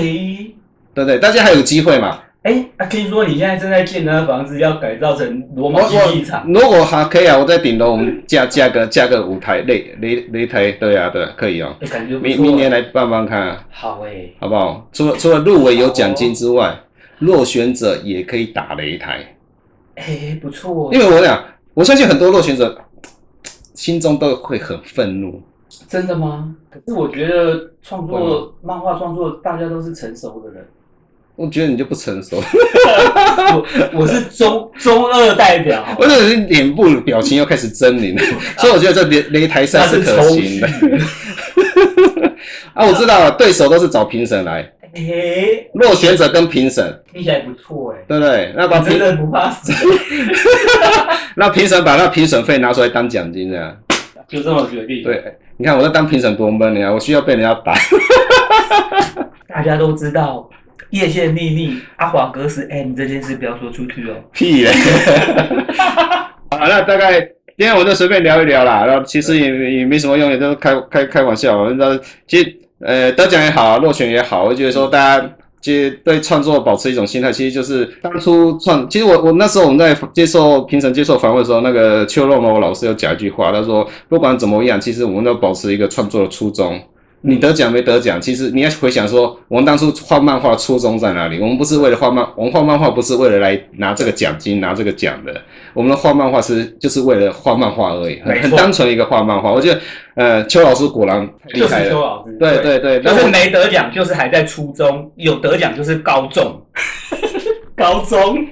Speaker 1: 对不对？大家还有机会嘛？
Speaker 2: 哎、啊，听说你现在正在建那个房子，要改造成罗
Speaker 1: 我
Speaker 2: 马竞技
Speaker 1: 我
Speaker 2: 场。
Speaker 1: 如果还可以啊，我在顶楼我们架架个架个舞台擂擂擂台，对啊对啊，可以哦。
Speaker 2: 哎感觉不错
Speaker 1: 明明年来办办看、啊，
Speaker 2: 好哎、
Speaker 1: 好不好？除了除了入围有奖金之外，落选者也可以打擂台，
Speaker 2: 哎、不错，
Speaker 1: 因为我想，我相信很多落选者心中都会很愤怒。
Speaker 2: 真的吗？可是我觉得创
Speaker 1: 会
Speaker 2: 作漫画创作，大家都是成熟的人。
Speaker 1: 我觉得你就不成熟，
Speaker 2: 我我是中中二代表，
Speaker 1: 我觉得你脸部表情又开始狰狞 了，所以我觉得这擂擂台赛是可行的
Speaker 2: 那是抽。
Speaker 1: 啊，我知道了，对手都是找评审来，
Speaker 2: 哎、
Speaker 1: 落选者跟评审，
Speaker 2: 听起来不错哎、
Speaker 1: 对不对？ 那把
Speaker 2: 你真
Speaker 1: 评
Speaker 2: 的不怕死，
Speaker 1: 那评审把那评审费拿出来当奖金这样。
Speaker 4: 就这么决定。，
Speaker 1: 对，你看我在当评审多闷啊呀，我需要被人家打。
Speaker 2: 大家都知道。业界秘密，阿华哥是 M 这件事不要说出去哦。
Speaker 1: 屁嘞！好，那大概今天我就随便聊一聊啦，然后其实也也没什么用，也都开开开玩笑。那其实呃得奖也好，落选也好，我觉得说大家。其实对创作保持一种心态，其实就是当初创。其实我我那时候我们在接受评审接受访问的时候，那个邱若某老师有讲一句话，他说不管怎么样，其实我们都保持一个创作的初衷。你得奖没得奖，其实你要回想说，我们当初画漫画初衷在哪里？我们不是为了画漫，我们画漫画不是为了来拿这个奖金、拿这个奖的。我们的画漫画是就是为了画漫画而已，很
Speaker 2: 没错
Speaker 1: 很单纯一个画漫画。我觉得，呃，邱老师果然太厉
Speaker 5: 就
Speaker 1: 害
Speaker 5: 是邱
Speaker 1: 了。
Speaker 5: 老师，
Speaker 1: 对对对，
Speaker 5: 就
Speaker 1: 但
Speaker 5: 是
Speaker 1: 是
Speaker 5: 没得奖，就是还在初中；有得奖就是高中，
Speaker 2: 高中，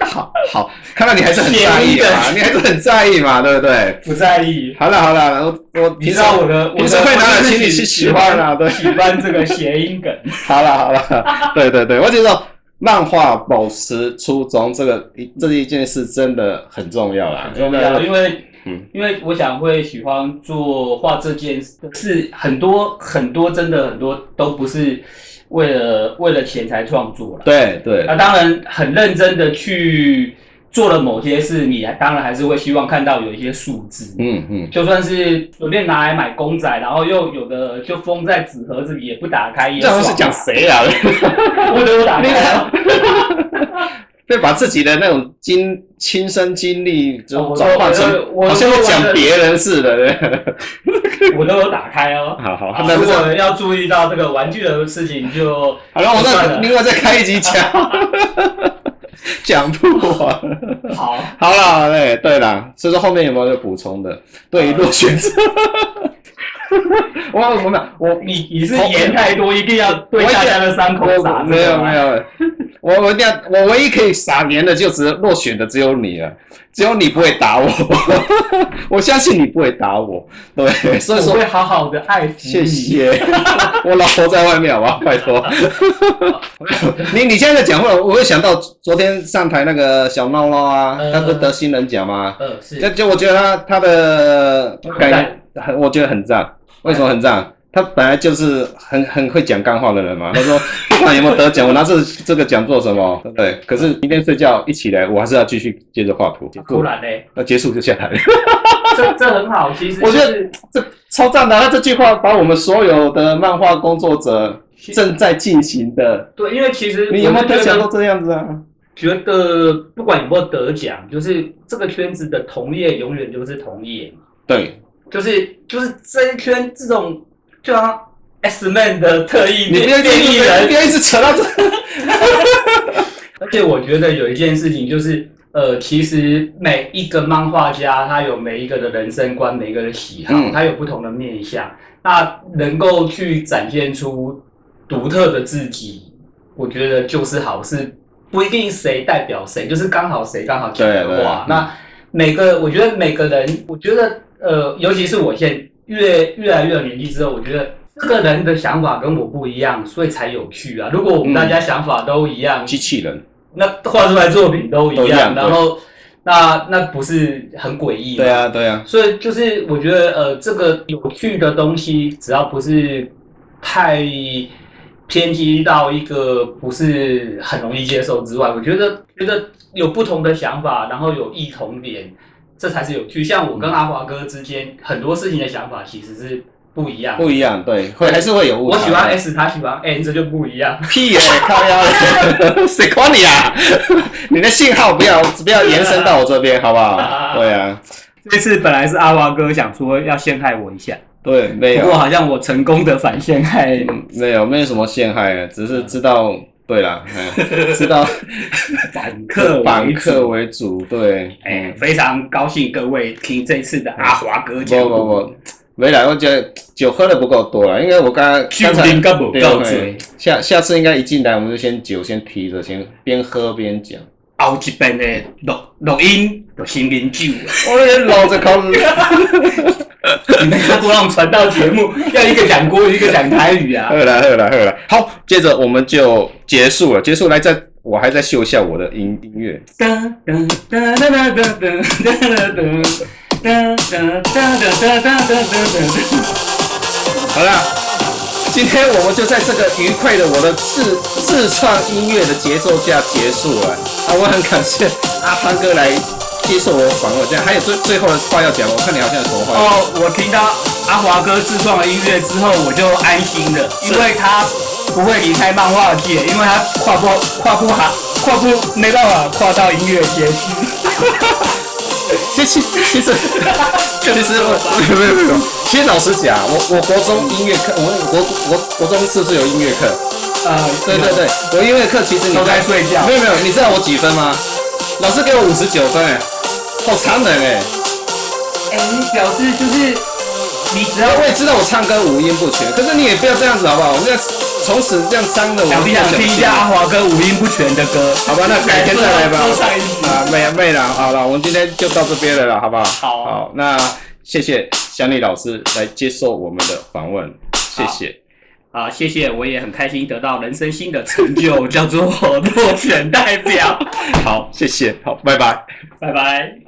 Speaker 1: 好好，看来你还是很在意嘛，你还是很在意嘛，对不对？
Speaker 2: 不在意。
Speaker 1: 好了好了，我我
Speaker 2: 你知道我的，我
Speaker 1: 平
Speaker 2: 的
Speaker 1: 时会拿来请你
Speaker 2: 我
Speaker 1: 去
Speaker 2: 是
Speaker 1: 喜欢啊，对。
Speaker 2: 喜欢这个谐音梗。
Speaker 1: 好了好了，对对对，我觉得漫画保持初衷这个这一件事真的很重要啦，
Speaker 2: 很重要，啊因为
Speaker 1: 啊嗯
Speaker 2: 因为我想会喜欢做画这件事，是很多很多真的很多都不是为了为了钱才创作了。
Speaker 1: 对对
Speaker 2: 那当然很认真的去做了某些事，你还当然还是会希望看到有一些数字。
Speaker 1: 嗯嗯，
Speaker 2: 就算是随便拿来买公仔，然后又有的就封在纸盒子里，也不打开，也
Speaker 1: 这好像是
Speaker 2: 爽
Speaker 1: 讲谁啊？
Speaker 2: 我都有打开 啊。
Speaker 1: 对，把自己的那种经亲身经历就
Speaker 2: 哦我
Speaker 1: 转换成，
Speaker 2: 我我
Speaker 1: 好像在讲别人似的。 对
Speaker 2: 我都有打开 哦。
Speaker 1: 好好，
Speaker 2: 啊
Speaker 1: 那
Speaker 2: 如
Speaker 1: 不是
Speaker 2: 果要注意到这个玩具的事情就，
Speaker 1: 好了，我
Speaker 2: 就算
Speaker 1: 再
Speaker 2: 了
Speaker 1: 另外再开一集 讲，讲不完。
Speaker 2: 好。
Speaker 1: 好啦，对对啦，所以说后面有没有要补充的？对于
Speaker 2: 啊
Speaker 1: 落选 者，我我没有我
Speaker 2: 你你是盐太多，一定要对大家的伤口
Speaker 1: 我
Speaker 2: 撒啊
Speaker 1: 没有没
Speaker 2: 有，
Speaker 1: 有，我我一定要我唯一可以撒盐的就只有落选的只有你了，只有你不会打我， 我相信你不会打我，对，所以
Speaker 2: 我
Speaker 1: 说
Speaker 2: 会好好的爱抚
Speaker 1: 谢。
Speaker 2: 你。
Speaker 1: 谢，
Speaker 2: 嗯
Speaker 1: 我老婆在外面好 不好？拜托，你你现在在讲话，我会想到昨天上台那个小闹闹啊，
Speaker 2: 嗯
Speaker 1: 他不是得新人奖吗？
Speaker 2: 呃，是
Speaker 1: 就就我觉得他他的
Speaker 2: 很
Speaker 1: 感
Speaker 2: 赞，哎
Speaker 1: 很我觉得很赞。为什么很赞？他本来就是很很会讲干话的人嘛。他说不管有没有得 奖，我拿这这个奖做什么？对不对？可是明天睡觉一起来，我还是要继续接着画图。结
Speaker 2: 突
Speaker 1: 束，
Speaker 2: 然嘞，
Speaker 1: 那结束就下台 了。
Speaker 2: 这这很好，其实
Speaker 1: 我觉得
Speaker 2: 就是
Speaker 1: 这超赞的！他啊这句话把我们所有的漫画工作者正在进行的，
Speaker 2: 对，因为其实
Speaker 1: 你有没有
Speaker 2: 我觉
Speaker 1: 得
Speaker 2: 得
Speaker 1: 奖都这样子啊？
Speaker 2: 觉得不管有没有得奖，就是这个圈子的同业永远就是同业嘛，
Speaker 1: 对，
Speaker 2: 就是就是这一圈这种就像 X Man 的特异
Speaker 1: 你不要
Speaker 2: 变变异人
Speaker 1: 你不，要一直扯到这。
Speaker 2: 而且我觉得有一件事情就是，呃，其实每一个漫画家他有每一个的人生观，每一个的喜好，
Speaker 1: 嗯
Speaker 2: 他有不同的面向，那能够去展现出独特的自己，我觉得就是好事，不一定谁代表谁，就是刚好谁刚好讲
Speaker 1: 对嗯
Speaker 2: 的
Speaker 1: 对
Speaker 2: 话。那每个，我觉得每个人，我觉得呃，尤其是我现在越越来越有年纪之后，我觉得。这个人的想法跟我不一样，所以才有趣啊！如果我
Speaker 1: 嗯
Speaker 2: 们大家想法都一样，
Speaker 1: 机器人，
Speaker 2: 那画出来作品都一
Speaker 1: 都一样
Speaker 2: 样，
Speaker 1: 对
Speaker 2: 然后那那不是很诡异？
Speaker 1: 对，啊，对啊。
Speaker 2: 所以就是我觉得呃，这个有趣的东西，只要不是太偏激到一个不是很容易接受之外，我觉得觉得有不同的想法，然后有异同点，这才是有趣。像我跟阿华哥之间，很多事情的想法其实是不一样的。
Speaker 1: 不一样，对，会还是会有误
Speaker 2: 我
Speaker 1: 差。
Speaker 2: 喜欢 S，他喜欢 N，这就不一样。
Speaker 1: 屁耶、靠腰 嘞，谁管你啊？你的信号不要不要延伸到我这边，好不 好？对啊，
Speaker 2: 这次本来是阿华哥想说要陷害我一下，
Speaker 1: 对，啊没
Speaker 2: 不过
Speaker 1: 有
Speaker 2: 好像我成功的反陷害，
Speaker 1: 没有没有什么陷害啊，只是知道。对啦，嗯知道
Speaker 2: 反 客
Speaker 1: 反
Speaker 2: 为
Speaker 1: 客
Speaker 2: 主。
Speaker 1: 为主，对，
Speaker 2: 哎，
Speaker 1: 嗯，
Speaker 2: 非常高兴各位听这次的阿华哥讲，
Speaker 1: 不不不，没来，我觉得酒喝的不够多了，因为我刚刚
Speaker 2: 酒
Speaker 1: 刚才
Speaker 2: 龄够不
Speaker 1: 对
Speaker 2: 够
Speaker 1: 对
Speaker 2: 醉，
Speaker 1: 下下次应该一进来我们就先酒先提着，先边喝边讲。
Speaker 2: 后一遍的录录音就先饮酒。
Speaker 1: 我那天老着口，
Speaker 2: 你们看过那种传道节目， 要一个讲国语，一个讲台语啊
Speaker 1: 喝？了喝了喝了，好，接着我们就结束了，结束来再我还在秀一下我的音音乐，
Speaker 2: 噔噔噔噔噔噔噔噔噔噔噔噔噔噔噔噔。
Speaker 1: 好啦，今天我们就在这个愉快的我的自自创音乐的节奏下结束了啊，我很感谢阿潘哥来接受我访问，这样还有最最后的话要讲，我看你好像有什么话要讲。
Speaker 2: 哦，我听到阿华哥自创的音乐之后，我就安心了，因为他不会离开漫画界，因为他跨不跨不行，跨不没办法跨到音乐界去。
Speaker 1: 其实其实 其实我 没有没有没有，其实老实讲，啊我我国中音乐课，我我我国中是不是有音乐课？
Speaker 2: 啊，
Speaker 1: 对对对，我音乐课其实你
Speaker 2: 都在
Speaker 1: 知道
Speaker 2: 睡觉
Speaker 1: 没有没有，你知道我几分吗？老师给我五十九分、哎，好残忍哎、
Speaker 2: 哎，你表示就是你只要
Speaker 1: 啊我也知道我唱歌五音不全，可是你也不要这样子好不好？我们要从此这样伤了我
Speaker 2: 想
Speaker 1: 们
Speaker 2: 必
Speaker 1: 不
Speaker 2: 想
Speaker 1: 想
Speaker 2: 听一下啊阿华哥五音不全的歌，
Speaker 1: 好吧，那改天再来吧。
Speaker 2: 多上一集。
Speaker 1: 啊，妹妹啦，好了，我们今天就到这边了啦，好不好？
Speaker 2: 好啊
Speaker 1: 好，那谢谢祥丽老师来接受我们的访问，谢谢。
Speaker 2: 啊，谢谢，我也很开心得到人生新的成就，叫做落选代表。
Speaker 1: 好，谢谢，好，拜拜。
Speaker 2: 拜拜。